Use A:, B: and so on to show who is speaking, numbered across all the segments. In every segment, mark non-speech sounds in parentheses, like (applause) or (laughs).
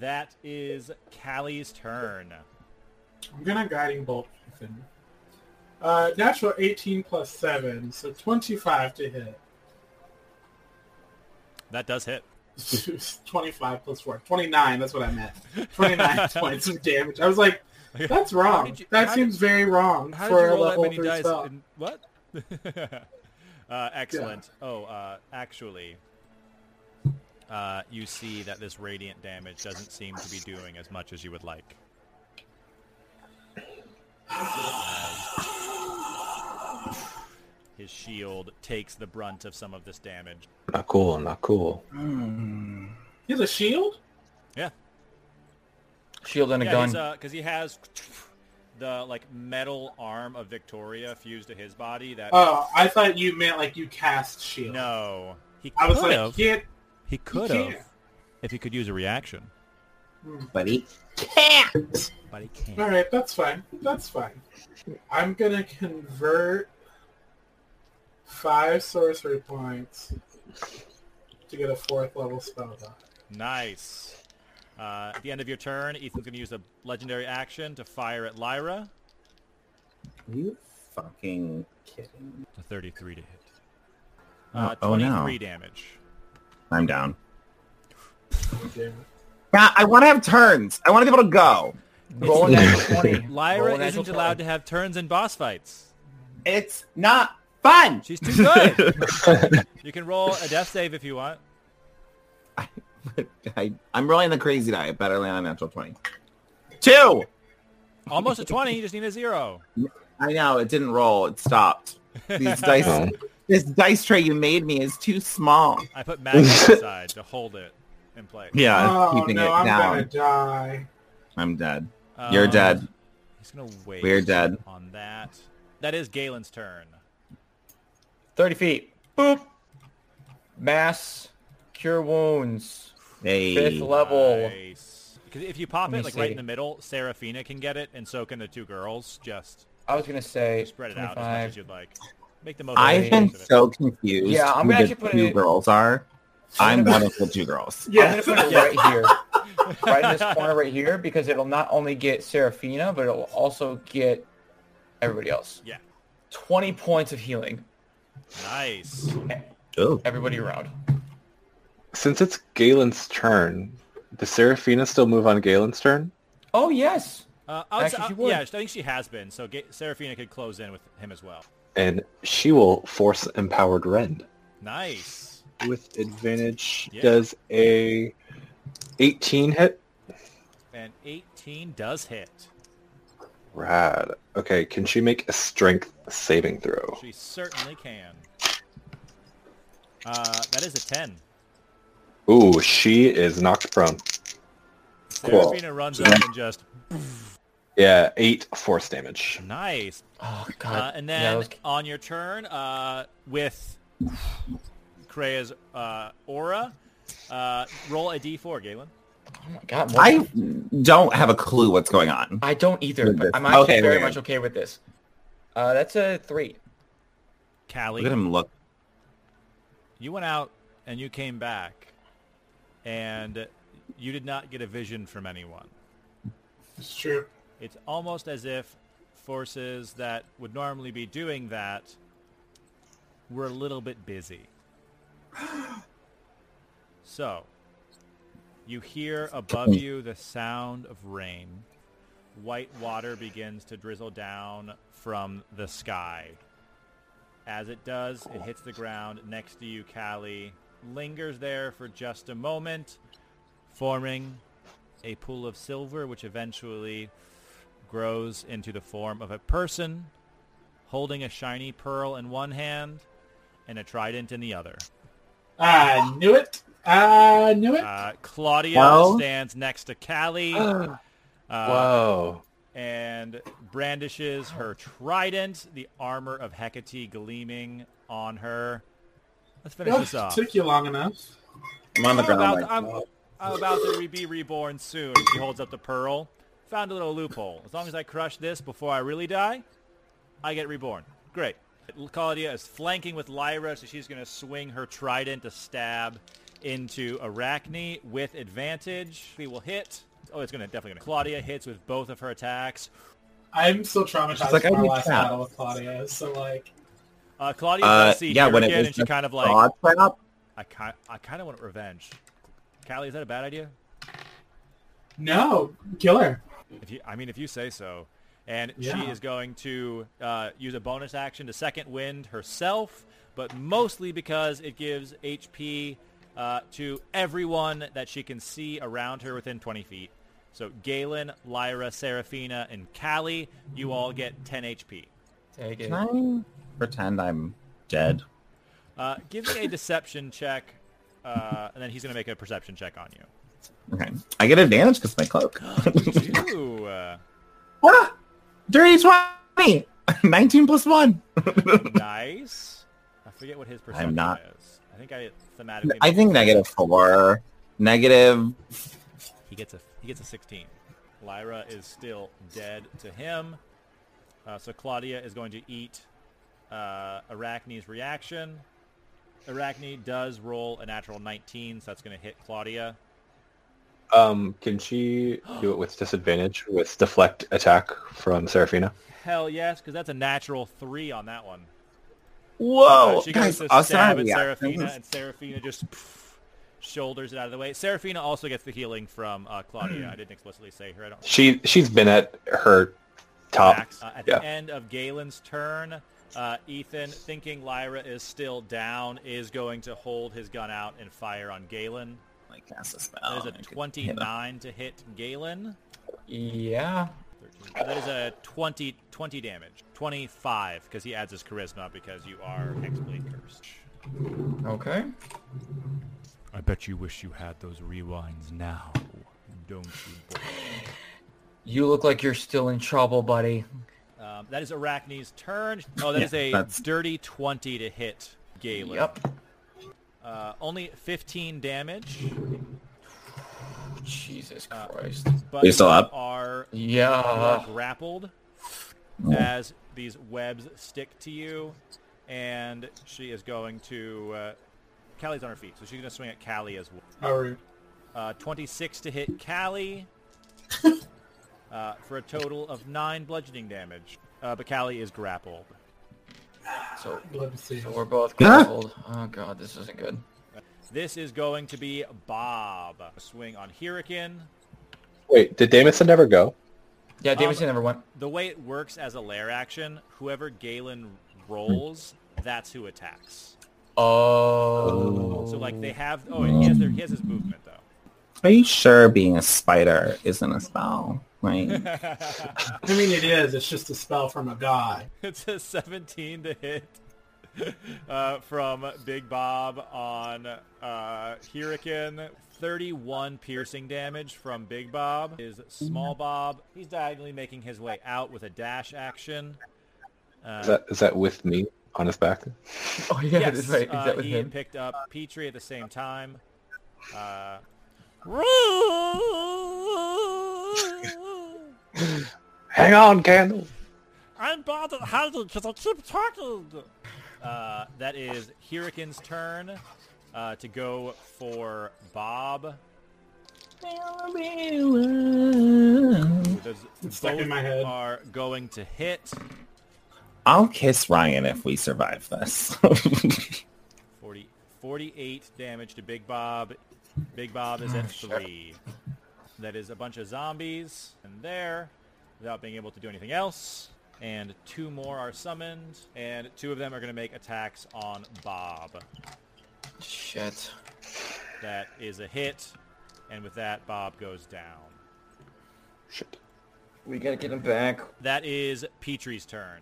A: That is Callie's turn.
B: I'm gonna guiding bolt Ethan. Uh, natural 18 plus 7, so 25 to hit. (laughs)
A: That does hit.
B: 25 plus 4. 29, that's what I meant.
A: (laughs)
B: 29 points of damage. I was like, that's wrong.
A: did you-
B: that
A: how
B: seems very wrong
A: How
B: for
A: did you
B: a
A: roll that
B: level
A: many
B: 3
A: dice?
B: spell.
A: in- what? (laughs) uh, excellent. Oh, uh, actually, uh, you see that this radiant damage doesn't seem to be doing as much as you would like. His shield takes the brunt of some of this damage.
C: Not cool, not cool.
B: He has a shield?
A: Yeah,
C: Shield and a
A: Yeah, uh,
C: gun.
A: because he has the like metal arm of Victoria fused to his body. That
B: Oh, I thought you meant like you cast shield.
A: no, he
B: I was
A: could
B: like,
A: have.
B: get...
A: he could
B: can't.
A: have if he could use a reaction,
D: Buddy.
A: but he can't.
B: Alright, that's fine. That's fine. I'm gonna convert 5 sorcery points to get a 4th level spell done.
A: Nice. Uh, at the end of your turn, Ethan's going to use a legendary action to fire at Lyra.
D: Are you fucking kidding?
A: A 33 to hit. Uh,
D: Oh, oh, no.
A: 23 damage.
D: I'm down.
B: Damn it.
D: God, I want to have turns. I want to be able to go.
C: Roll a
B: (laughs)
C: natural 20.
A: Lyra
C: Roll a natural
A: isn't allowed to have turns in boss fights.
D: It's not fun.
A: She's
D: (laughs)
A: too good. you can roll a death save if you want.
D: I, I'm rolling the crazy die. It better land on a natural 20. Two.
A: Almost a 20, you just need a zero.
D: I know. It didn't roll. It stopped.
B: (laughs)
D: These dice...
C: Oh.
D: This dice tray you made me is too small.
A: I put Magnus aside to hold it in place.
D: Yeah,
B: Oh
D: keeping
B: no,
D: it
B: I'm
D: down.
B: gonna Uh, die.
D: I'm dead.
A: Um,
D: You're dead.
A: He's gonna wait.
D: We're dead.
A: On that, that is Galen's turn.
C: 30 feet. Boop. Mass. Cure wounds. Fifth
D: Hey,
C: level.
A: Nice. 'Cause if you pop
C: Let
A: it
C: me
A: like right
C: see.
A: in the middle, Serafina can get it, and so can the two girls. Just
C: I was going to say
A: spread it out as much
C: 25.
A: as you'd like. Make the most.
D: I've been
A: of it.
D: so confused.
C: Yeah, I'm
D: who
C: gonna
D: the
C: actually put
D: two
C: it-
D: girls are. I'm
C: (laughs) gonna-
D: one of the two girls.
B: (laughs)
C: I'm going to put it right here.
A: (laughs)
C: right in this corner right here because it'll not only get Serafina, but it'll also get everybody else.
A: Yeah.
C: 20 points of healing.
A: Nice.
D: Oh,
C: Everybody
A: Mm.
C: around.
E: Since it's Galen's turn, does Seraphina still move on Galen's turn?
C: Oh, yes.
A: Uh, I would say-
C: Actually, she
A: uh,
C: would.
A: yeah, I think she has been. So Ga- Serafina could close in with him as well.
E: And she will force Empowered Rend.
A: Nice.
E: With advantage,
A: Yeah.
E: does a 18 hit?
A: And 18 does hit.
E: Rad. Okay, can she make a strength saving throw?
A: She certainly can. Uh, that is a 10.
E: Ooh, she is knocked prone. Cool.
A: Serafina runs up and just
E: Yeah, 8 force damage.
A: nice.
C: Oh, God.
A: Uh, and
C: Yeah,
A: then
C: that was-
A: on your turn, uh, with Krea's uh, aura, uh, roll a d4, Galen.
C: oh my God. Morgan.
D: I don't have a clue what's going on.
C: I don't either,
D: With
C: but
D: this.
C: I'm actually
D: Okay,
C: very
D: man.
C: much okay with this. Uh, that's a three.
D: Look at
A: Callie,
D: him look.
A: you went out and you came back, and you did not get a vision from anyone.
B: It's true.
A: It's almost as if forces that would normally be doing that were a little bit busy. So, you hear above you the sound of rain. White water begins to drizzle down from the sky. As it does, it hits the ground next to you, Callie, lingers there for just a moment, forming a pool of silver, which eventually grows into the form of a person holding a shiny pearl in one hand and a trident in the other.
B: I knew it. I knew it.
A: Uh, Claudia
C: Well?
A: stands next to Callie uh,
E: Whoa.
A: and brandishes her trident, the armor of Hecate gleaming on her. Let's finish this
B: That
A: off.
B: took you long enough.
D: I'm on the
A: I'm
D: ground.
A: about,
D: like,
A: I'm,
D: "Oh."
A: I'm about to re- be reborn soon. She holds up the pearl. Found a little loophole. As long as I crush this before I really die, I get reborn. Great. Claudia is flanking with Lyra, so she's going to swing her trident to stab into Arachne with advantage. We will hit. Oh, it's going to definitely going to. Claudia hits with both of her attacks.
B: I'm still traumatized
D: She's like,
B: from
D: "I
B: our
D: need
B: last
D: crap."
B: battle with Claudia, so like,
A: Uh, Claudia
D: Uh,
A: does see
D: yeah,
A: here
D: when it
A: again,
D: was
A: and she
D: just
A: kind of like,
D: odd setup,
A: I, ki- I kind of want revenge. Callie, is that a bad idea?
B: no, kill her.
A: If you, I mean, if you say so. And she
B: Yeah.
A: is going to uh, use a bonus action to second wind herself, but mostly because it gives HP uh, to everyone that she can see around her within 20 feet. So Galen, Lyra, Seraphina, and Callie, you all get 10 HP.
C: Take it.
D: Can I pretend I'm dead?
A: Uh, give me a deception check, uh, and then he's going to make a perception check on you.
D: Okay. I get advantage because my cloak. (gasps)
A: Ooh, uh,
D: ah! Dirty (laughs) 20! 19 plus 1.
A: nice. I forget what his perception
D: not-
A: is. I think I thematically.
D: I think negative 4. Negative.
A: He gets a he gets a 16. Lyra is still dead to him. Uh, so Claudia is going to eat uh, Arachne's reaction. Arachne does roll a natural 19, so that's going to hit Claudia.
E: Um, can she do it with disadvantage with deflect attack from Seraphina?
A: Hell yes, because that's a natural three on that one.
D: Whoa!
A: Uh, she goes to
D: us
A: stab at
D: having
A: Seraphina,
D: reactions.
A: and Seraphina just pff, shoulders it out of the way. Seraphina also gets the healing from uh, Claudia. I didn't explicitly say her. I don't
E: She she's been at her top.
A: Max. Uh, at
E: yeah.
A: the end of Galen's turn, uh, Ethan, thinking Lyra is still down, is going to hold his gun out and fire on Galen.
D: I cast a spell.
A: That is
D: I
A: a
D: could hit him.
A: 29 to hit Galen.
C: Yeah.
A: 13. That is a 20, 20 damage. 25, because he adds his charisma because you are Hexblade cursed.
C: Okay.
A: I bet you wish you had those rewinds now, don't you,
C: You look like you're still in trouble, buddy.
A: Um, that is Arachne's turn. Oh, that
D: Yeah,
A: is
D: that's-
A: a dirty 20 to hit Galen.
C: Yep.
A: Uh, only 15 damage.
C: Jesus
A: Uh,
C: Christ.
A: But
D: Are you still
A: you
D: up?
A: Are
C: Yeah.
A: grappled as these webs stick to you, and she is going to. Uh, Callie's on her feet, so she's going to swing at Callie as well.
B: How rude.
A: Uh, 26 to hit Callie uh, for a total of 9 bludgeoning damage. Uh, but Callie is grappled.
C: So,
B: Let me see.
C: so we're both grappled. Oh god, this isn't good.
A: This is going to be Bob. Swing on Hurricane.
E: Wait, did Damison never go?
A: Um,
C: Yeah, Davidson never went. (laughs)
A: The way it works as a lair action, whoever Galen rolls, that's who attacks.
C: Oh.
A: So like they have. Oh, and he has their he has his movement though. (laughs)
D: Are you sure being a spider isn't a spell?
A: (laughs)
D: Like, (laughs)
B: I mean, it is. It's just a spell from a god.
A: It's a 17 to hit (laughs) uh, from Big Bob on uh, Hurricane. 31 piercing damage from Big Bob. Is Small Bob? He's diagonally making his way out with a dash action.
E: Is that is that with me on his back?
C: Oh (laughs) yeah,
A: yes,
C: that's right. Is
A: uh,
C: that with
A: he
C: him?
A: picked up Petrie at the same time. Uh,
E: Hang on, candle.
A: I'm bad at hiding because I keep talking. Uh, that is Hurricane's turn uh, to go for Bob. Those
B: stuck in
A: both
B: my head.
A: Are going to hit
D: I'll kiss Ryan if we survive this. (laughs)
A: 40, 48 damage to Big Bob. Big Bob is at three. That is a bunch of zombies and there without being able to do anything else. And two more are summoned, and two of them are going to make attacks on Bob.
C: Shit.
A: That is a hit, and with that, Bob goes down.
E: Shit.
C: We gotta get him back.
A: That is Petrie's turn.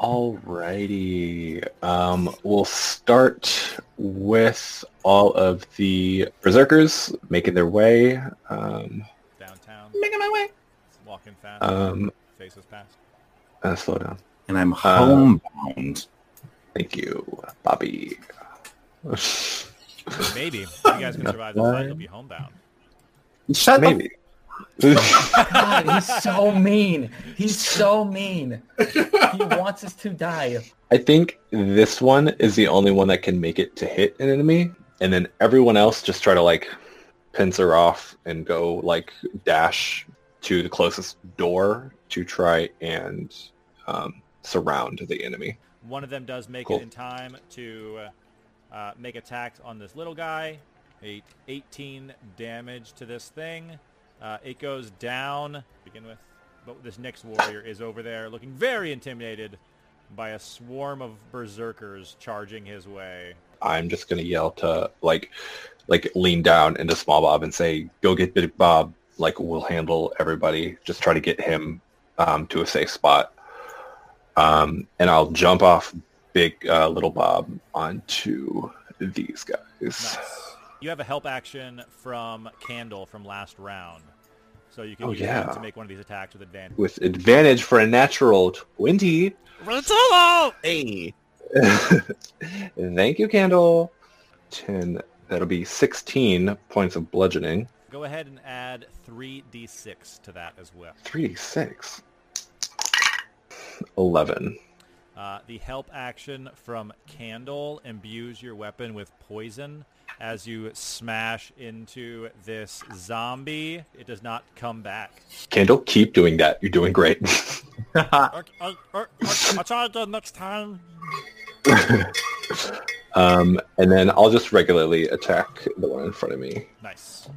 E: Alrighty. Um, we'll start with all of the berserkers making their way. Um,
A: Downtown,
D: Making my way.
A: walking fast.
E: um,
A: Faces past.
E: uh, slow down. Uh,
D: And I'm homebound.
E: Thank you, Bobby.
A: Maybe if you guys can survive this fight, you'll be homebound.
D: Shut the
E: Maybe.
C: God, he's so mean. He's so mean. He wants us to die.
E: I think this one is the only one that can make it to hit an enemy, and then everyone else just try to like pincer off and go like dash to the closest door to try and um, surround the enemy.
A: One of them does make
E: Cool.
A: it in time to uh, make attacks on this little guy. Eight, 18 damage to this thing. Uh, it goes down to begin with. But this next warrior is over there looking very intimidated by a swarm of berserkers charging his way.
E: I'm just gonna yell to like like lean down into Small Bob and say, "Go get Big Bob." Like we'll handle everybody. Just try to get him um, to a safe spot, um, and I'll jump off Big uh, Little Bob onto these guys.
A: Nice. You have a help action from Candle from last round. So you can
E: Oh,
A: use that
E: yeah.
A: to make one of these attacks with advantage.
E: with advantage for a natural 20.
D: Hey.
E: (laughs) Thank you, Candle. 10. That'll be 16 points of bludgeoning.
A: Go ahead and add 3d6 to that as well.
E: 3d6. 11.
A: Uh, the help action from Candle imbues your weapon with poison as you smash into this zombie. It does not come back.
E: Candle, keep doing that. You're doing great. (laughs)
A: I, will try again next time.
E: um, and then I'll just regularly attack the one in front of me.
A: Nice.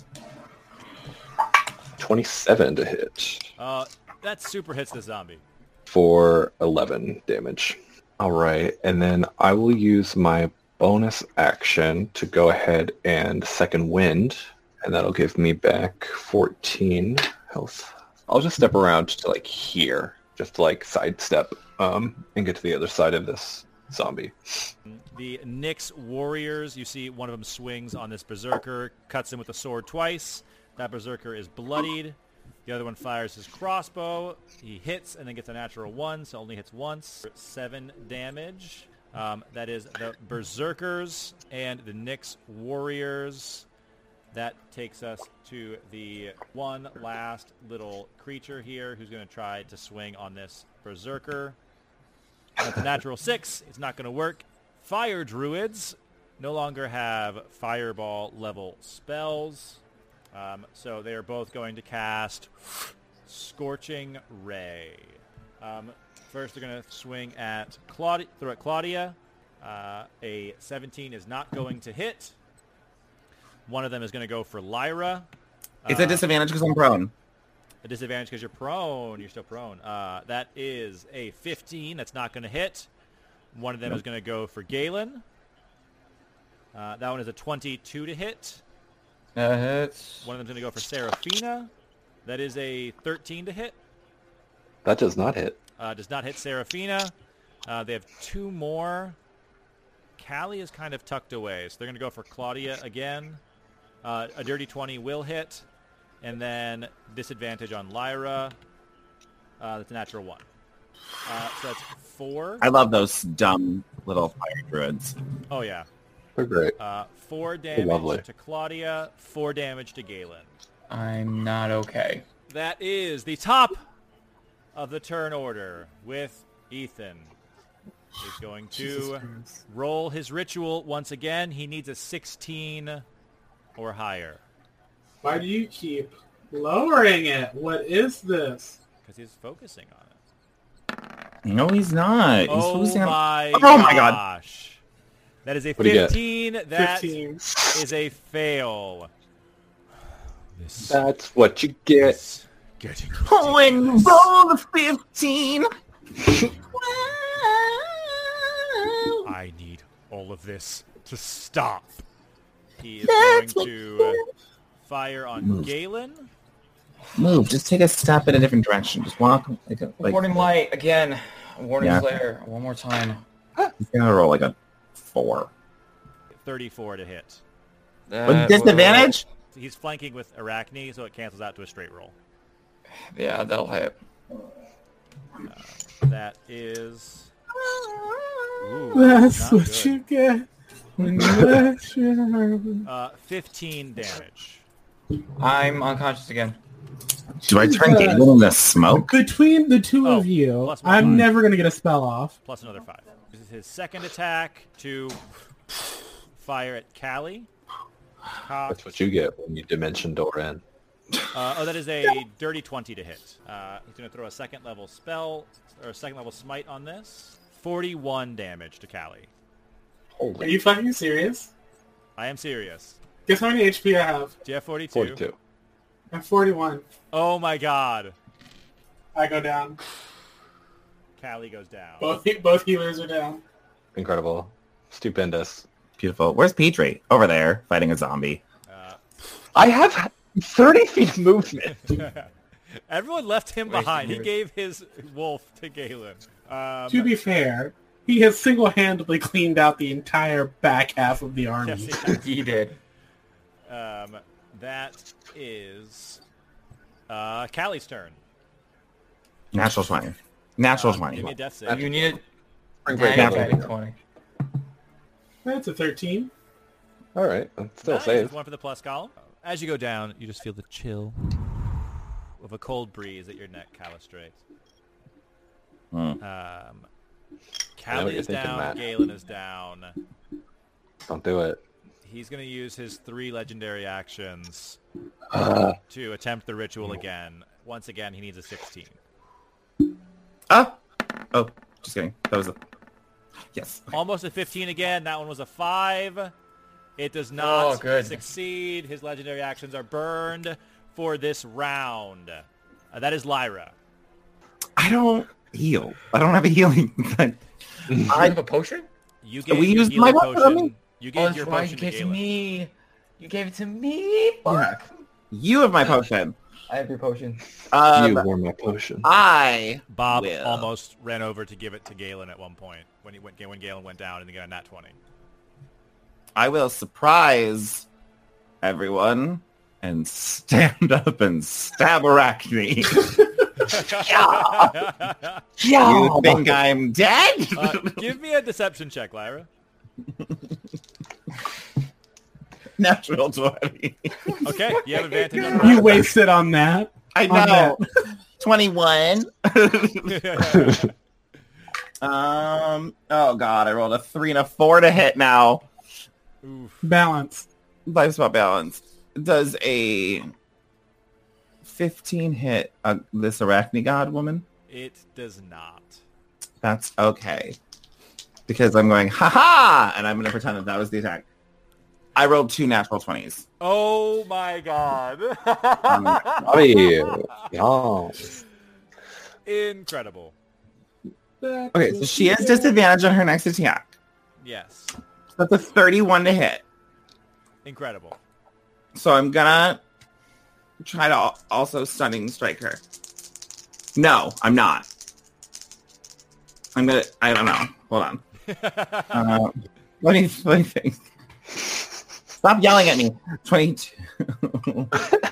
E: 27 to hit
A: Uh, that super hits the zombie.
E: for 11 damage. All right. And then I will use my bonus action to go ahead and second wind. And that'll give me back 14 health. I'll just step around to like here, just to like sidestep um, and get to the other side of this zombie.
A: The Nyx warriors, you see one of them swings on this berserker, cuts him with a sword twice. That berserker is bloodied. The other one fires his crossbow. He hits and then gets a natural one, so only hits once. Seven damage. Um, that is the berserkers and the Nyx warriors. That takes us to the one last little creature here who's going to try to swing on this berserker. That's a natural six. It's not going to work. Fire druids no longer have fireball level spells, um, so they are both going to cast scorching ray. Um, first, they're going to swing at Claudia. Throw at Claudia. Uh, a 17 is not going to hit. One of them is going to go for Lyra. Uh,
D: It's a disadvantage because I'm prone.
A: A disadvantage because you're prone. You're still prone. Uh, that is a 15. That's not going to hit. One of them is going to go for Galen. Uh, that one is a 22 to hit.
C: That hits.
A: One of them's going to go for Seraphina. That is a 13 to hit.
E: That does not hit.
A: Uh, does not hit Seraphina. Uh, they have two more. Callie is kind of tucked away, so they're going to go for Claudia again. Uh, a dirty 20 will hit. And then disadvantage on Lyra. Uh, that's a natural one. Uh, so that's four.
D: I love those dumb little fire druids.
A: Oh, yeah.
E: They're great.
A: Uh, four damage
E: lovely.
A: to Claudia, four damage to Galen.
C: I'm not okay.
A: That is the top of the turn order with Ethan. He's going
B: Jesus
A: to
B: Christ.
A: roll his ritual once again. He needs a 16 or higher
B: Why do you keep lowering it? What is this?
A: because he's focusing on it.
D: No, he's not. He's
A: Oh
D: focusing on-
A: my,
D: Oh my God.
A: gosh. That is a
E: What'd he get?
A: 15. That is
B: 15.
A: a fail. This
E: That's what you get.
A: is getting
D: (laughs) Oh, and roll the (laughs) 15.
A: I need all of this to stop. He is going to uh, fire
D: Mm.
A: on Galen.
D: Move. Just take a step in a different direction. Just walk. Like, a, like
C: Morning light again. Warning
D: Yeah.
C: Slayer one more time.
D: He's gonna roll like a four.
A: 34 to hit.
C: That
A: Uh,
D: With disadvantage?
A: He's flanking with Arachne, so it cancels out to a straight roll.
C: will- Yeah, that'll hit.
A: That is. Ooh,
B: That's
A: not
B: what
A: good.
B: you get when you let your...
A: Uh, 15 damage.
C: I'm unconscious again.
D: Do I turn Gable into smoke?
B: Between the two
A: Oh,
B: of you,
A: plus my
B: I'm
A: mind.
B: never going to get a spell off.
A: Plus another 5. This is his second attack to fire at Callie. Cock-
E: That's what you get when you dimension door in.
A: Uh, oh, that is a dirty 20 to hit. Uh, he's going to throw a second level spell, or a second level smite on this. 41 damage to Callie.
B: Are you fucking serious?
A: I am serious.
B: Guess how many HP I have?
A: Do you have 42?
E: 42.
B: I'm 41.
A: Oh my god.
B: I go down.
A: Callie goes down.
B: Both (laughs) both healers are down.
E: Incredible. Stupendous.
D: Beautiful. Where's Petrie? Over there, fighting a zombie.
A: Uh,
E: I have 30 feet of movement.
A: everyone left him
C: Wasted
A: behind. He
C: years.
A: gave his wolf to Galen. Um,
B: to be fair, he has single-handedly cleaned out the entire back half of the army.
A: yes, he-
C: He did.
A: um, that is uh, Callie's turn.
D: Natural 20. Natural
A: Uh, give me a
D: 20.
A: death save.
C: You need
E: Spring break level.
C: it. Twenty.
B: That's a 13.
E: All right. I'm still
A: Nice.
E: safe.
A: One for the plus column. As you go down, you just feel the chill of a cold breeze at your neck calistrate.
E: Hmm.
D: Mm.
A: Um,
E: know what
A: Callie
E: you're
A: is
E: thinking,
A: down.
E: Matt.
A: Galen is down.
E: Don't do it.
A: He's going to use his three legendary
E: (sighs)
A: actions to attempt the ritual again. Once again, he needs a 16.
D: Oh! Oh, just kidding. That was a... Yes.
A: Almost a 15 again. That one was a 5. It does not
C: Oh, good.
A: succeed. His legendary actions are burned for this round. Uh, that is Lyra.
D: I don't heal. I don't have a healing. (laughs) thing.
C: I have a potion.
A: You gave
D: We
A: your
D: used
A: healing
D: my weapon, I
A: potion.
D: mean-
A: You gave
C: Oh, that's
A: your
C: right.
A: potion
C: You
A: to
C: gave it to
A: Galen.
C: me. You gave it to me. Fuck.
D: you
A: Uh,
D: have my potion.
C: I have your potion.
D: Um,
E: you wore my potion.
D: I
A: Bob
D: Well.
A: almost ran over to give it to Galen at one point when he went when Galen went down and he got a nat (laughs)
D: (laughs)
A: 20.
D: I will surprise everyone and stand (laughs) up and stab Arachne. you think I'm dead?
A: Uh, give me a deception check, Lyra.
D: (laughs) Natural 20.
A: Okay, you have advantage. on
B: You wasted on that.
D: I
B: On
D: know. 21.
A: that.
D: um, oh god, I rolled a three and a four to hit now.
A: Oof.
B: Balance.
D: Life spot balance. Does a 15 hit uh, this Arachne god woman?
A: (laughs) It does not.
D: That's okay. Because I'm going, ha ha! And I'm going to pretend that that was the attack. I rolled two natural 20s.
A: Oh my god. (laughs)
E: Bobby. Y'all.
A: Incredible.
B: That's
D: Okay, so
B: what
D: she
B: you
D: has
B: get.
D: disadvantage on her next attack.
A: Yes.
D: That's a 31 to hit.
A: Incredible. (laughs)
D: So I'm gonna try to al- also stunning strike her. No, I'm not. I'm gonna. I don't know. Hold on. Uh, let me. Let me think. Stop yelling at me. 22.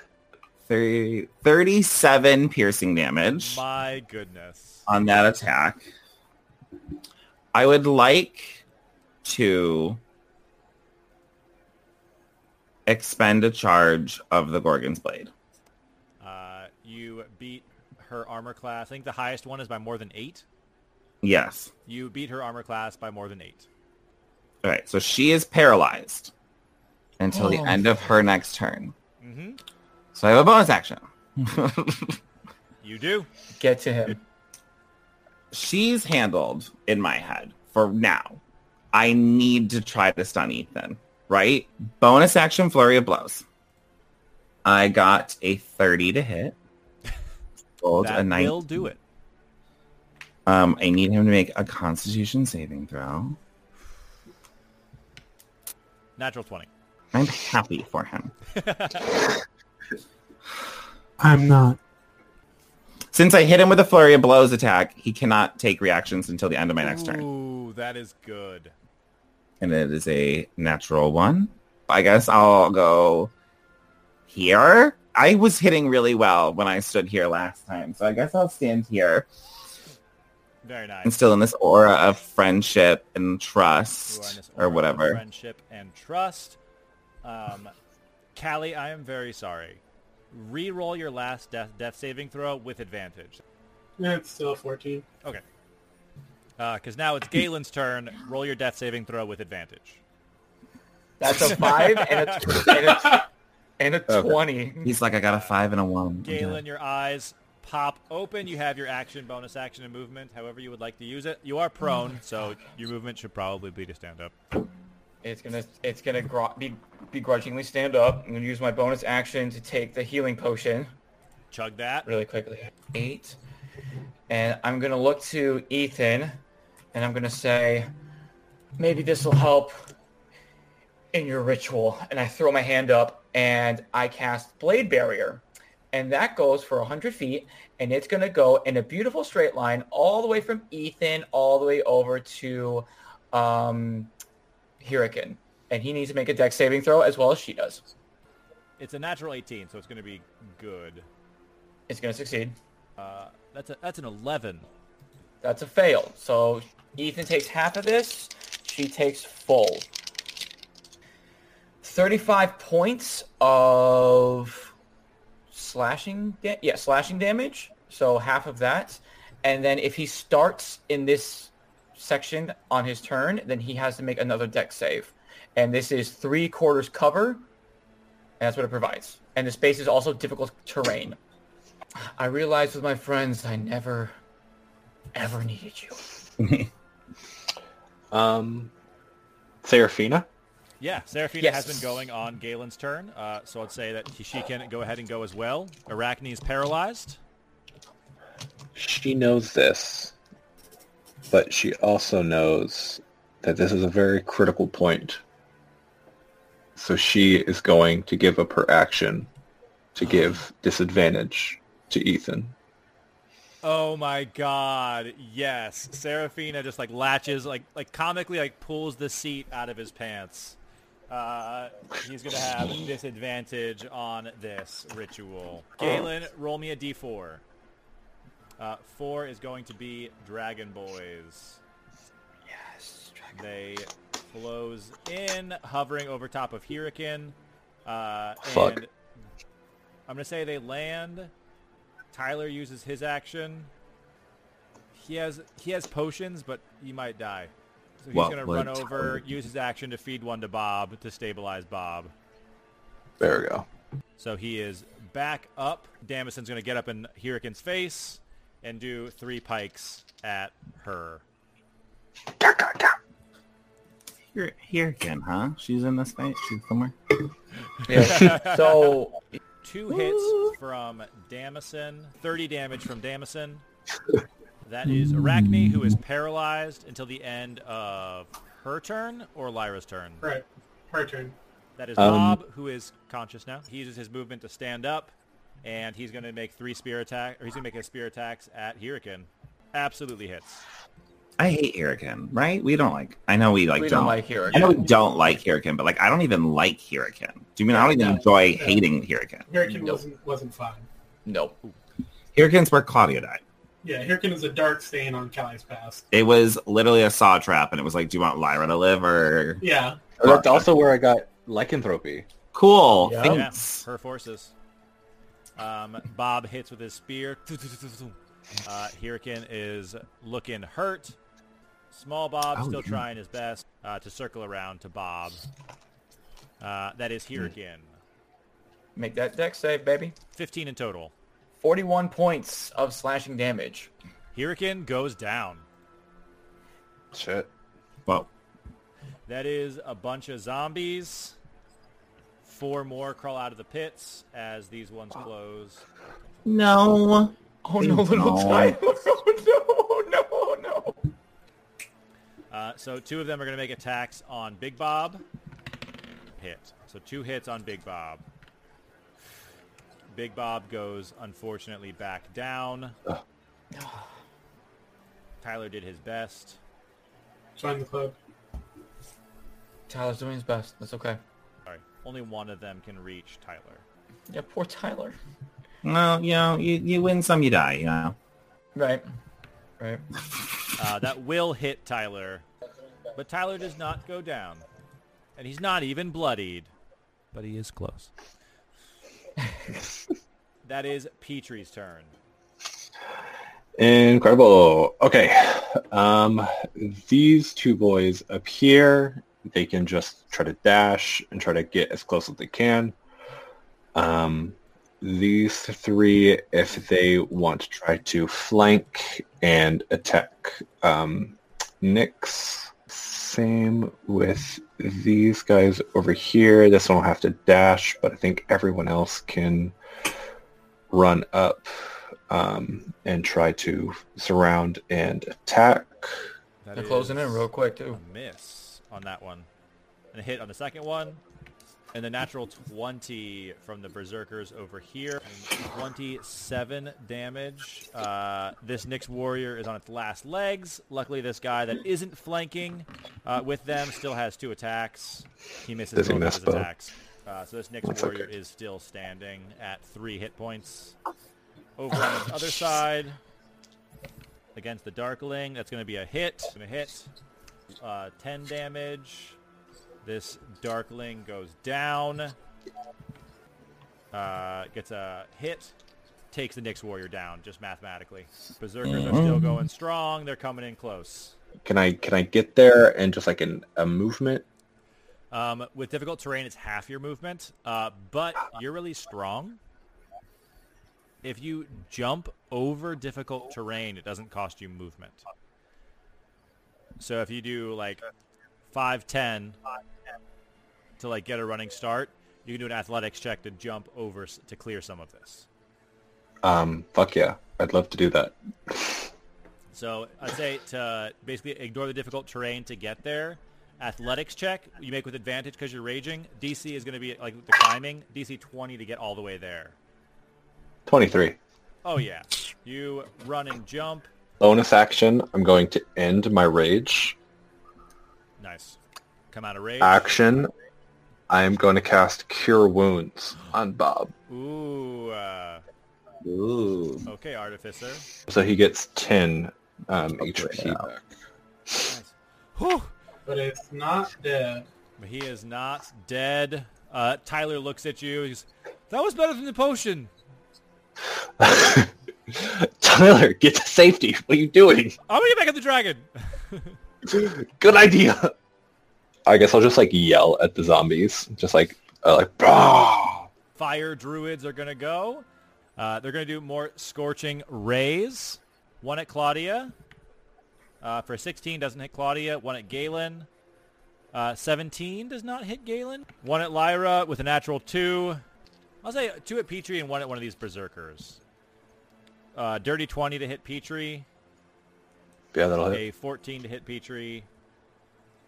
D: (laughs) 30, 37 piercing damage
A: My goodness.
D: on that attack. I would like to expend a charge of the Gorgon's Blade.
A: Uh, you beat her armor class. I think the highest one is by more than 8.
D: Yes.
A: You beat her armor class by more than 8.
D: All right. So she is paralyzed until the end of her next turn.
A: Mm-hmm.
D: So I have a bonus action.
A: You do.
C: Get to him.
D: She's handled in my head for now. I need to try to stun Ethan, right? Bonus action flurry of blows. I got a 30
A: (laughs)
D: to hit. Rolled a
A: That
D: nine.
A: will do it.
D: Um, I need him to make a constitution saving throw.
A: Natural 20.
D: I'm happy for him.
B: I'm not.
D: Since I hit him with a flurry of blows attack, he cannot take reactions until the end of my next turn.
A: Ooh, that is good.
D: And it is a natural one. I guess I'll go here. I was hitting really well when I stood here last time, so I guess I'll stand here.
A: Very nice.
D: I'm still in this aura of friendship and
A: You are in
D: trust
A: this aura
D: or
A: of
D: whatever.
A: Friendship and trust. Um, Callie, I am very sorry. Reroll your last death, death saving throw with advantage.
B: Yeah, it's still 14.
A: Okay. Because Uh, now it's Galen's turn. Roll your death saving throw with advantage.
C: That's a five and a, tw- and a, and a
D: Okay.
C: twenty.
D: He's like, I got a five and a one. I'm
A: Galen,
D: good.
A: your eyes pop open. You have your action, bonus action, and movement, however you would like to use it. You are
D: Mm.
A: prone, so your movement should probably be to stand up.
C: It's gonna it's gonna gro- be begrudgingly stand up. I'm gonna use my bonus action to take the healing potion
A: Chug that.
C: really quickly. Eight, and I'm gonna look to Ethan, and I'm gonna say, maybe this will help in your ritual. And I throw my hand up and I cast Blade Barrier, and that goes for 100 feet, and it's gonna go in a beautiful straight line all the way from Ethan all the way over to um, Hurricane, and he needs to make a Dex saving throw as well as she does.
A: It's a natural 18, so it's going to be good.
C: It's gonna succeed.
A: Uh, that's a, that's an 11.
C: That's a fail. So Ethan takes half of this. She takes full. 35 points of slashing da- yeah, slashing damage. So half of that. And then if he starts in this section on his turn, then he has to make another deck save. And this is three quarters cover. And that's what it provides. And the space is also difficult terrain. I realized with my friends I never ever needed you.
E: Um, Serafina.
A: Yeah, Seraphina
C: Yes.
A: has been going on Galen's turn, uh, so I'd say that she can go ahead and go as well. Arachne is paralyzed.
E: She knows this, but she also knows that this is a very critical point. So she is going to give up her action to give disadvantage to Ethan.
A: Oh my god, yes. Seraphina just like latches, like like comically like pulls the seat out of his pants. Uh, he's gonna
C: (laughs)
A: have disadvantage on this ritual.
C: Oh.
A: Galen, roll me a d4. Uh, four is going to be Dragon Boys.
C: Yes, Dragon.
A: They close in, hovering over top of Hurricane. Uh,
E: Fuck.
A: And I'm going to say they land. Tyler uses his action. He has he has potions, but he might die. So he's
D: What
A: going to
D: would
A: run over,
D: Tyler do?
A: use his action to feed one to Bob to stabilize Bob.
E: There we go.
A: So he is back up. Damascen's going to get up in Hurricane's face and do three pikes at her.
D: Here, here again, huh? She's in this fight. She's somewhere.
C: Yeah. (laughs) so
A: Two hits from Damison. 30 damage from Damison. That is Arachne, who is paralyzed until the end of her turn or Lyra's turn.
B: Right. Her turn.
A: That is
E: Um,
A: Bob, who is conscious now. He uses his movement to stand up, and he's going to make three spear attack, or he's going to make his spear attacks at Hurricane. Absolutely hits.
D: I hate Hurricane, right? We don't like. I know we like.
C: we
D: don't,
C: don't like
D: I know
C: Hurricane.
D: we don't like Hurricane, but like I don't even like Hurricane. Do you mean I don't even
B: Yeah.
D: enjoy
B: Yeah.
D: hating Hurricane?
B: Hurricane
C: Nope.
B: wasn't wasn't fun.
C: No.
D: Hurricane's where Claudia died.
B: Yeah, Hurricane is a dark stain on Callie's past.
D: It was literally a saw trap, and it was like, do you want Lyra to live or
B: Yeah.
D: That's
E: also where I got lycanthropy.
D: cool?
C: Yeah.
A: Yeah,
D: Thanks.
A: her forces. Um, Bob hits with his spear. Uh, Hurricane is looking hurt. Small Bob
D: Oh,
A: still
D: yeah.
A: trying his best uh, to circle around to Bob. Uh, that is Hurricane.
C: Make that deck save, baby.
A: 15 in total.
C: 41 points of slashing damage.
A: Hurricane goes down.
E: Shit.
D: Well,
A: That is a bunch of zombies. Four more crawl out of the pits as these ones close.
D: no.
C: Oh no, little
D: No.
C: Tyler. (laughs) Oh no, oh no, no.
A: Uh, so two of them are going to make attacks on Big Bob. Hit. So two hits on Big Bob. Big Bob goes, unfortunately, back down. Tyler did his best.
B: Join the club.
C: Tyler's doing his best. That's okay.
A: Sorry, only one of them can reach Tyler.
C: Yeah, poor Tyler.
D: Well, you know, you, you win some, you die, you know.
C: Right. Right.
A: Uh, that will hit Tyler, but Tyler does not go down, and he's not even bloodied, but he is close. that is Petrie's turn.
E: Incredible. Okay. Um, these two boys up here, they can just try to dash and try to get as close as they can. Um, these three, if they want to try to flank and attack. Um, Nyx, same with these guys over here. This one will have to dash, but I think everyone else can run up um, and try to surround and attack.
A: That
C: They're closing in
A: is
C: real quick
A: A
C: too.
A: miss on that one, and a hit on the second one, and the natural 20 from the berserkers over here. 27 damage. Uh, this Nyx warrior is on its last legs. Luckily, this guy that isn't flanking uh, with them still has two attacks. He misses
E: Does he
A: both
E: miss
A: of his
E: both?
A: attacks. Uh, so this Nyx
E: That's
A: warrior
E: okay.
A: is still standing at three hit points. Over on the other side, against the Darkling. That's going to be a hit. Going to hit. Uh, 10 damage. This Darkling goes down. Uh, gets a hit. Takes the Nyx Warrior down, just mathematically. Berserkers are still going strong. They're coming in close.
E: Can I can I get there and just like an, a movement?
A: Um, with difficult terrain, it's half your movement, uh, but you're really strong. If you jump over difficult terrain, it doesn't cost you movement. So if you do like five ten to like get a running start, you can do an athletics check to jump over s- to clear some of this.
E: Um, fuck yeah, I'd love to do that.
A: So I'd say to basically ignore the difficult terrain to get there. Athletics check you make with advantage because you're raging. DC is going to be like the climbing DC 20 to get all the way there.
E: Twenty-three.
A: Oh yeah, you run and jump.
E: Bonus action. I'm going to end my rage.
A: Nice. Come out of rage.
E: Ah. Action. I am going to cast Cure Wounds on Bob.
A: Ooh. Uh,
D: Ooh.
A: okay, artificer.
E: So he gets 10 um, HP back.
A: Nice. Whew.
B: But it's not dead.
A: But he is not dead. Uh, Tyler looks at you. He's, that was better than the potion.
E: Tyler, get to safety. What are you doing?
A: I'm gonna get back at the dragon.
E: Good idea. I guess I'll just like yell at the zombies. Just like, uh, like, "Bah!"
A: Fire druids are gonna go. Uh, they're gonna do more scorching rays. One at Claudia. Uh, for 16 doesn't hit Claudia. One at Galen. Uh, 17 does not hit Galen. One at Lyra with a natural two. I'll say two at Petrie and one at one of these berserkers. Uh, dirty 20 to hit Petrie.
E: yeah, that'll hit.
A: A 14 to hit Petrie.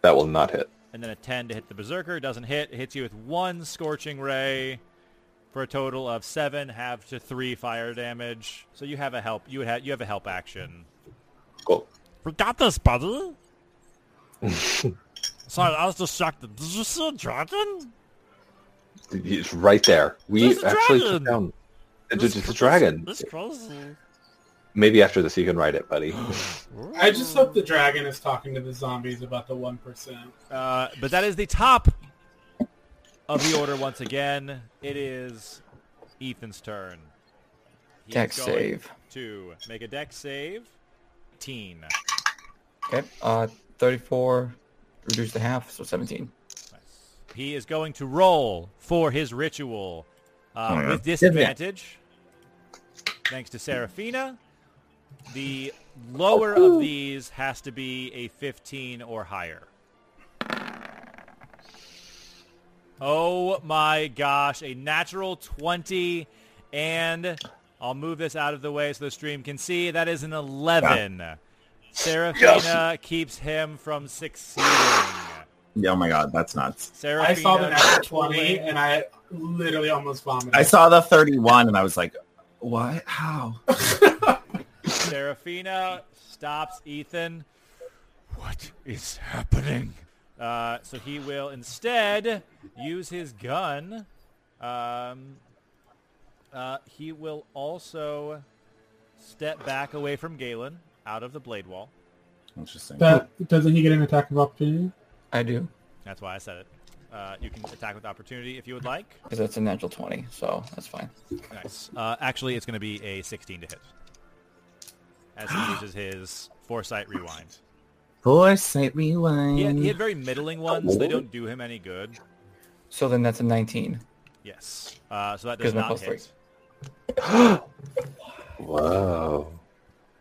E: That will not hit.
A: And then a 10 to hit the berserker. Doesn't hit. It hits you with one scorching ray for a total of seven half to three fire damage. So you have a help. You would have you have a help action.
E: Cool.
A: We got this,
E: (laughs)
A: buddy. Sorry, I was distracted. Did you see a dragon?
E: It's right there. We
A: There's a
E: actually
A: dragon!
E: took down. It's just a dragon.
C: Mm-hmm.
A: crazy.
E: Maybe after this you can write it, buddy.
B: I just hope the dragon is talking to the zombies about the 1%.
A: Uh, but that is the top of the order once again. It is Ethan's turn. He is
C: Dex
A: going
C: save.
A: To make a deck save. Teen.
C: Okay. Uh, 34. Reduce to half, so 17.
A: He is going to roll for his ritual uh,
D: Oh, yeah.
A: with disadvantage, thanks to Seraphina. The lower of these has to be a 15 or higher. Oh my gosh, a natural 20. And I'll move this out of the way so the stream can see. That is an
D: Ah.
A: 11. Seraphina keeps him from succeeding.
D: Yeah, oh my god, that's nuts.
A: Seraphina,
B: I saw the natural
A: roll
B: 20
A: a-
B: and I literally almost vomited.
D: I saw the 31 and I was like, what? How?
A: Serafina stops Ethan. What is happening? Uh, so he will instead use his gun. Um, uh, he will also step back away from Galen out of the blade wall.
D: Interesting.
B: That doesn't he get an attack of opportunity?
C: I do.
A: That's why I said it. Uh, you can attack with opportunity if you would like.
C: Because that's a natural 20, so that's fine.
A: Nice. Uh, actually, it's going to be a 16 to hit. As he uses his foresight rewind.
D: Foresight
A: He had,
D: rewind.
A: he
C: Mm.
A: had very middling ones. They don't do him any good.
C: So then that's a 19.
A: Yes. Uh, so that does
C: Because my
A: not
C: plus
A: hit.
C: three.
E: (laughs) (laughs) Wow.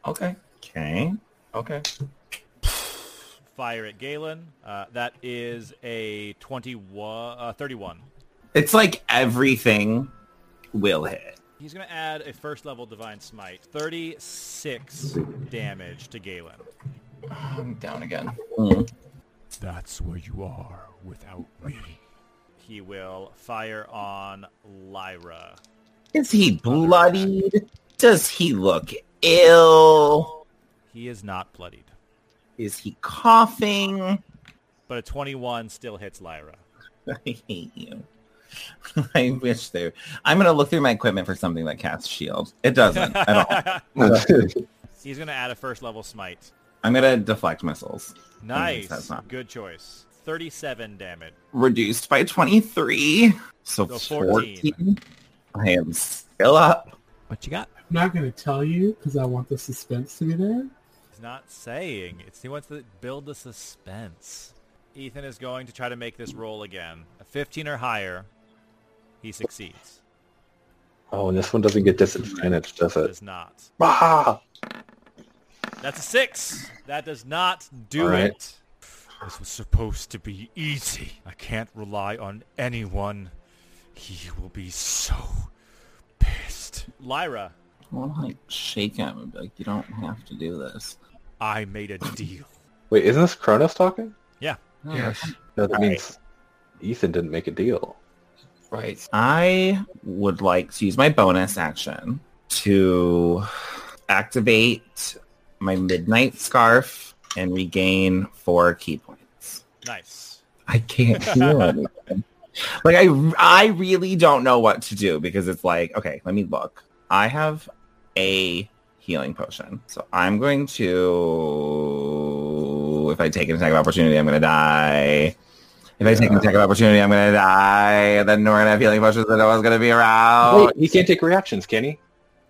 C: Okay.
D: Okay.
C: Okay.
A: Fire at Galen. Uh, that is a 21, uh, 31.
D: It's like everything will hit.
A: He's going to add a first level Divine Smite. 36 damage to Galen.
C: I'm down again.
A: That's where you are without me. He will fire on Lyra.
D: Is he bloodied? Does he look ill?
A: He is not bloodied.
D: Is he coughing?
A: But a 21 still hits Lyra.
D: I hate you. (laughs) I wish there. I'm gonna look through my equipment for something that casts shield. It doesn't at all.
A: (laughs)
E: Oh,
A: He's going to add a first level Smite.
D: I'm gonna deflect missiles.
A: Nice.
D: that's not-
A: Good choice. 37 damage.
D: Reduced by 23, so
A: So 14.
D: 14. I am still up.
A: What you got?
B: I'm not going to tell you because I want the suspense to be there.
A: He's not saying. It's he wants to build the suspense. Ethan is going to try to make this roll again. A 15 or higher, he succeeds.
E: Oh, and this one doesn't get disadvantaged, does it?
A: Does not.
E: Ah!
A: That's a six. That does not do
E: All right.
A: it. This was supposed to be easy. I can't rely on anyone. He will be so pissed. Lyra,
D: Well, like shake him and be like, "You don't have to do this."
A: I made a deal.
E: Wait, isn't this Kronos talking?
A: Yeah.
E: Yes. No, that
D: All right.
E: means Ethan didn't make a deal.
C: Right.
D: I would like to use my bonus action to activate my midnight scarf and regain four key points.
A: Nice.
D: I
E: (laughs)
D: can't heal anything. Like I, I really don't know what to do because it's like, okay, let me look. I have a healing potion, so I'm going to. If I take an attack of opportunity, I'm going to die. If I take an attack of opportunity, I'm going to die. Then we're going to have healing potions that no one's going to be
A: Uh,
D: around.
E: Wait, he can't take reactions, can he?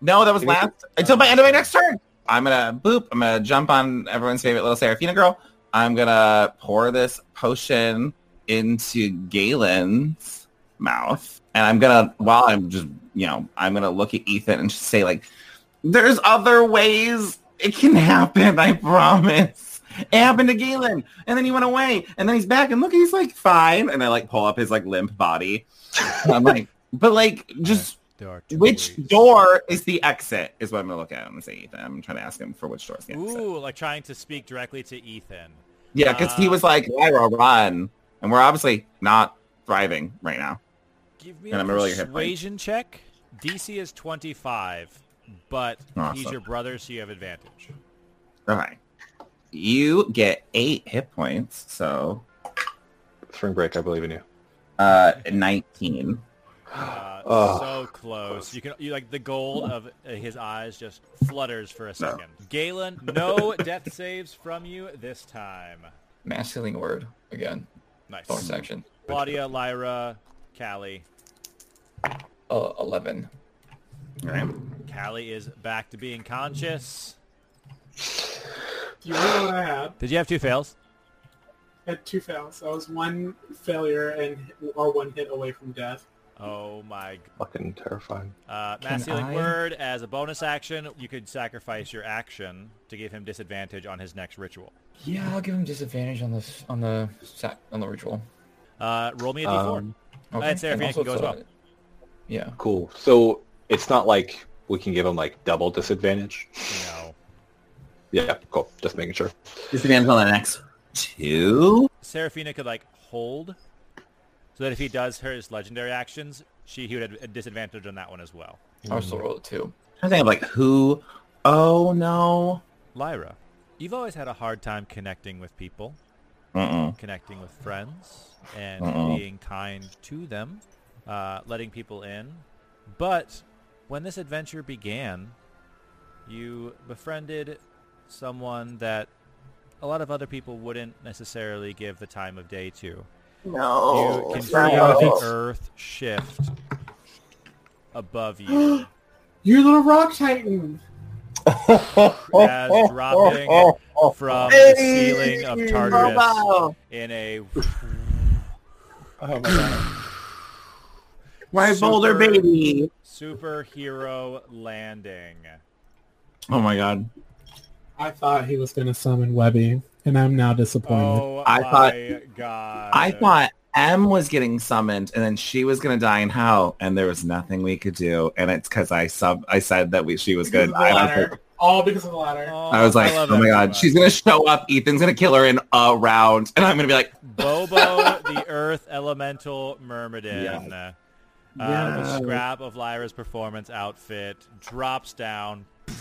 D: No, that was
E: Maybe-
D: last until my end of my next turn. I'm gonna boop. I'm gonna jump on everyone's favorite little Seraphina girl. I'm gonna pour this potion into Galen's mouth, and I'm gonna while I'm just you know I'm gonna look at Ethan and just say like, "There's other ways it can happen. I promise." It happened to Galen, and then he went away, and then he's back, and look, he's like fine. And I like pull up his like limp body. I'm like, (laughs) but like just
A: There are
D: which door is the exit? Is what I'm gonna look at. I'm gonna say Ethan. I'm trying to ask him for which door is the exit.
A: Ooh, like trying to speak directly to Ethan.
D: Yeah, because he
A: Uh,
D: was like, "Lyra, run," and we're obviously not thriving right now.
A: Give me
D: And
A: a
D: I'm really hit by-
A: persuasion check. DC is 25, but he's
D: Awesome.
A: your brother, so you have advantage.
D: Okay, you get eight hit points, so
E: Spring break, I believe in you.
D: uh, nineteen.
A: Uh,
E: Ugh.
A: so close. You can you like the gold of uh, his eyes just flutters for a second. Galen,
D: (laughs)
A: no death saves from you this time.
C: Mass healing word again. Bonus
A: Nice.
C: action.
A: Claudia, Lyra, Callie.
C: Uh, 11.
D: All right.
A: Callie is back to being conscious.
B: You know what I had?
A: Did you have two fails?
B: I had two fails. I was one failure and or one hit away from death.
A: Oh my. g-
E: Fucking terrifying.
A: Uh, mass
C: Can
A: healing
C: I-
A: word as a bonus action. You could sacrifice your action to give him disadvantage on his next ritual.
C: Yeah, I'll give him disadvantage on this on the sac, on the ritual.
A: Uh, roll me a d4.
E: Um,
A: And Seraphina
C: also
A: can go as
C: it's,
A: well.
C: uh, Yeah.
E: Cool. So it's not like we can give him like double disadvantage.
A: no.
E: Yeah, cool. Just making sure.
D: Disadvantage on the next two?
A: Seraphina could like hold, so that if he does his legendary actions, she he would have a disadvantage on that one as well.
C: I was still roll a two.
D: I think of like who? Oh no.
A: Lyra, you've always had a hard time connecting with people,
D: Mm-mm.
A: connecting with friends, and
D: Uh-uh.
A: being kind to them, uh, letting people in. But when this adventure began, you befriended someone that a lot of other people wouldn't necessarily give the time of day to.
D: No.
A: You can
D: Sorry.
A: feel the earth shift above you (gasps)
B: You little rock titan.
A: as dropping from the ceiling of Tartarus in a
B: Oh my god.
D: My boulder
A: Super-
D: baby.
A: superhero landing.
D: Oh my god.
B: I thought he was gonna summon Webby, and I'm now disappointed.
A: Oh
D: I
A: my
D: thought-
A: god.
D: I thought M was getting summoned and then she was gonna die in hell and there was nothing we could do and it's cause I sub I said that we she was
B: Because
D: gonna
B: of the
D: die. I was like-
B: ladder. All because of the ladder.
A: Oh,
D: I was like,
A: love
D: oh my
A: that so
D: god,
A: much.
D: she's gonna show up. Ethan's gonna kill her in a round, and I'm gonna be like,
A: Bobo, the Earth Elemental Myrmidon. Uh,
D: Yes.
A: The scrap of Lyra's performance outfit drops down,
D: oh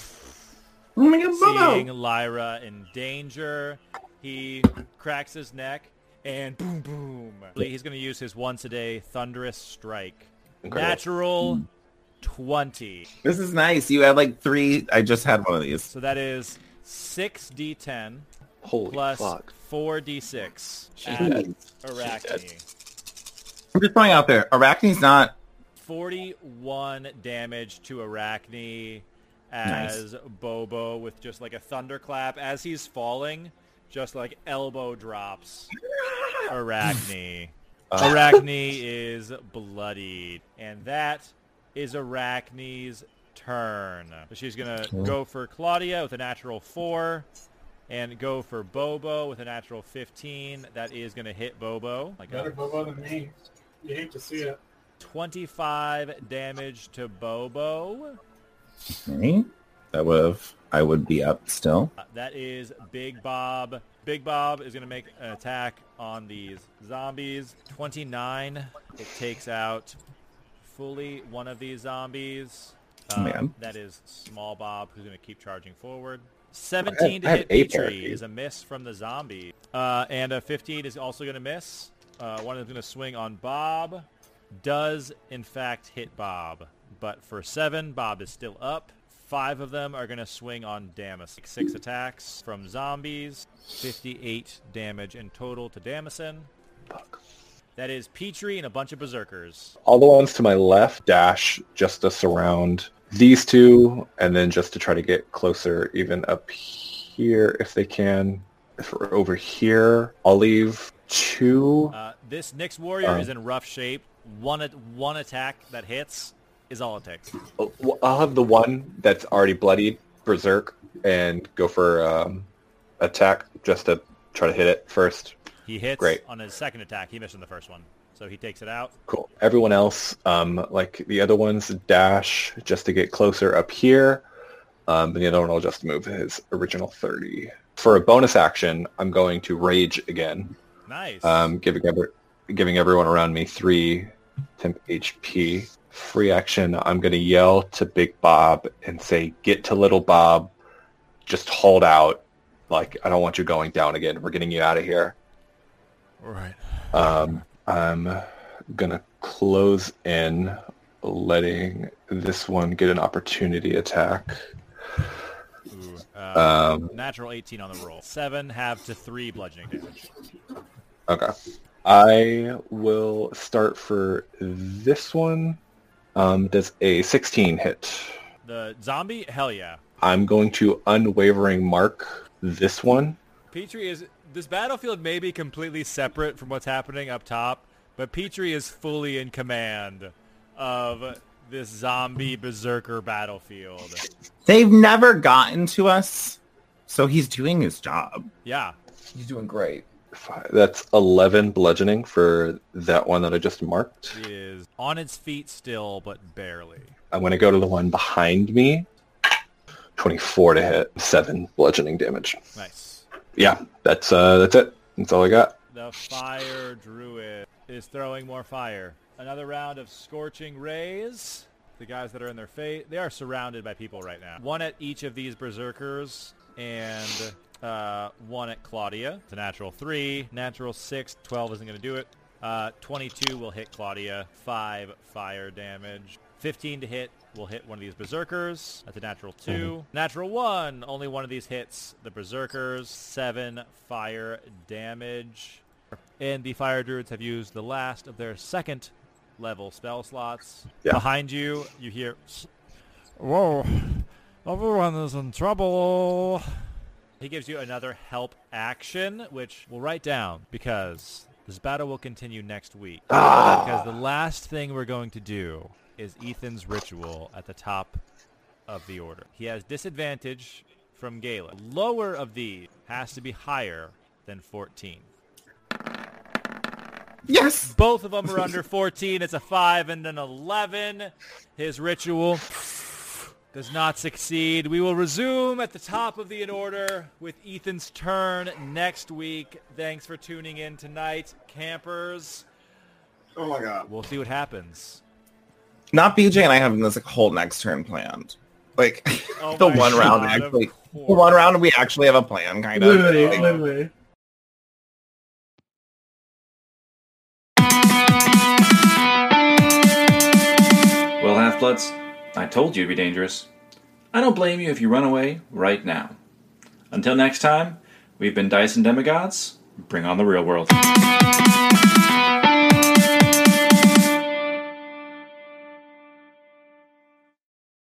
D: my god, Bobo.
A: seeing Lyra in danger. He cracks his neck and boom, boom. He's going to use his once a day thunderous strike.
E: Incredible.
A: Natural 20.
D: This is nice. You had like three. I just had one of these.
A: So that is 6d10
E: Holy
A: plus
E: fuck.
A: 4d6 at
D: Jeez.
A: Arachne.
D: I'm just throwing out there. Arachne's not.
A: 41 damage to Arachne as Bobo with just like a thunderclap as he's falling, just like elbow drops Arachne. Arachne is bloodied. And that is Arachne's turn. She's going to go for Claudia with a natural 4 and go for Bobo with a natural 15. That is going to hit Bobo. Like
B: Better
A: a
B: Bobo than me. You hate to see it.
A: 25 damage to Bobo.
D: Okay. That would have. I would be up still.
A: Uh, That is Big Bob. Big Bob is going to make an attack on these zombies. 29. It takes out fully one of these zombies. Um,
D: Man.
A: That is Small Bob, who's going to keep charging forward. 17
E: I have
A: to hit
E: eight
A: Petrie
E: there,
A: is a miss from the zombie. Uh, and a 15 is also going to miss. Uh, one is going to swing on Bob. Does, in fact, hit Bob. But for seven, Bob is still up. Five of them are going to swing on Damask. Six attacks from zombies. 58 damage in total to Damison.
E: Fuck.
A: That is Petrie and a bunch of berserkers.
E: All the ones to my left dash just to surround these two, and then just to try to get closer, even up here if they can. If we're over here, I'll leave two.
A: Uh, this next warrior
E: Um.
A: is in rough shape. One, at- one attack that hits is all it takes.
E: Oh, well, I'll have the one that's already bloodied, berserk, and go for um, attack just to try to hit it first.
A: He hits
E: Great.
A: on his second attack. He missed on the first one. So he takes it out.
E: Cool. Everyone else, um, like the other ones, dash just to get closer up here. Um, and the other one will just move his original 30. For a bonus action, I'm going to rage again,
A: Nice.
E: um, giving, every, giving everyone around me 3 temp HP. Free action, I'm going to yell to Big Bob and say, get to Little Bob. Just hold out. Like, I don't want you going down again. We're getting you out of here.
A: right.
E: Um, I'm gonna close in, letting this one get an opportunity attack.
A: Ooh, uh,
E: Um,
A: natural 18 on the roll. Seven half to three bludgeoning damage.
E: okay, I will start for this one. Um, does a 16 hit?
A: The zombie, hell yeah.
E: I'm going to unwavering mark this one.
A: Petrie is this battlefield may be completely separate from what's happening up top, but Petrie is fully in command of this zombie berserker battlefield.
D: They've never gotten to us, so he's doing his job.
A: Yeah.
C: He's doing great.
E: Fi- That's 11 bludgeoning for that one that I just marked.
A: He is on its feet still, but barely.
E: I'm going to go to the one behind me. 24 to hit, 7 bludgeoning damage.
A: Nice.
E: Yeah, that's uh, that's it. That's all I got.
A: The fire druid is throwing more fire. Another round of scorching rays. The guys that are in their fate, they are surrounded by people right now. One at each of these berserkers and uh, one at Claudia. It's a natural 3, natural 6, 12 isn't going to do it. Uh, 22 will hit Claudia, 5 fire damage. 15 to hit will hit one of these berserkers. That's a natural 2. Natural 1, only one of these hits the berserkers. 7 fire damage. And the fire druids have used the last of their second level spell slots.
E: Yeah.
A: Behind you, you hear,
F: Whoa. Everyone is in trouble.
A: he gives you another help action, which we'll write down because this battle will continue next week. Because the last thing we're going to do is Ethan's ritual at the top of the order. He has disadvantage from Galen. Lower of these has to be higher than 14.
D: Yes.
A: Both of them are under 14. It's a 5 and an 11. His ritual does not succeed. We will resume at the top of the in order with Ethan's turn next week. Thanks for tuning in tonight, campers.
D: Oh my god.
A: We'll see what happens.
D: Not BJ and I having this like, whole next turn planned. Like
A: Oh
D: (laughs) the
A: my
D: one round
A: God, of
D: actually. The
A: course.
D: one round we actually have a plan, kind of.
B: Literally,
D: Like,
B: literally.
G: Well, Half Bloods, I told you to be dangerous. I don't blame you if you run away right now. Until next time, we've been Dyson Demigods. Bring on the real world.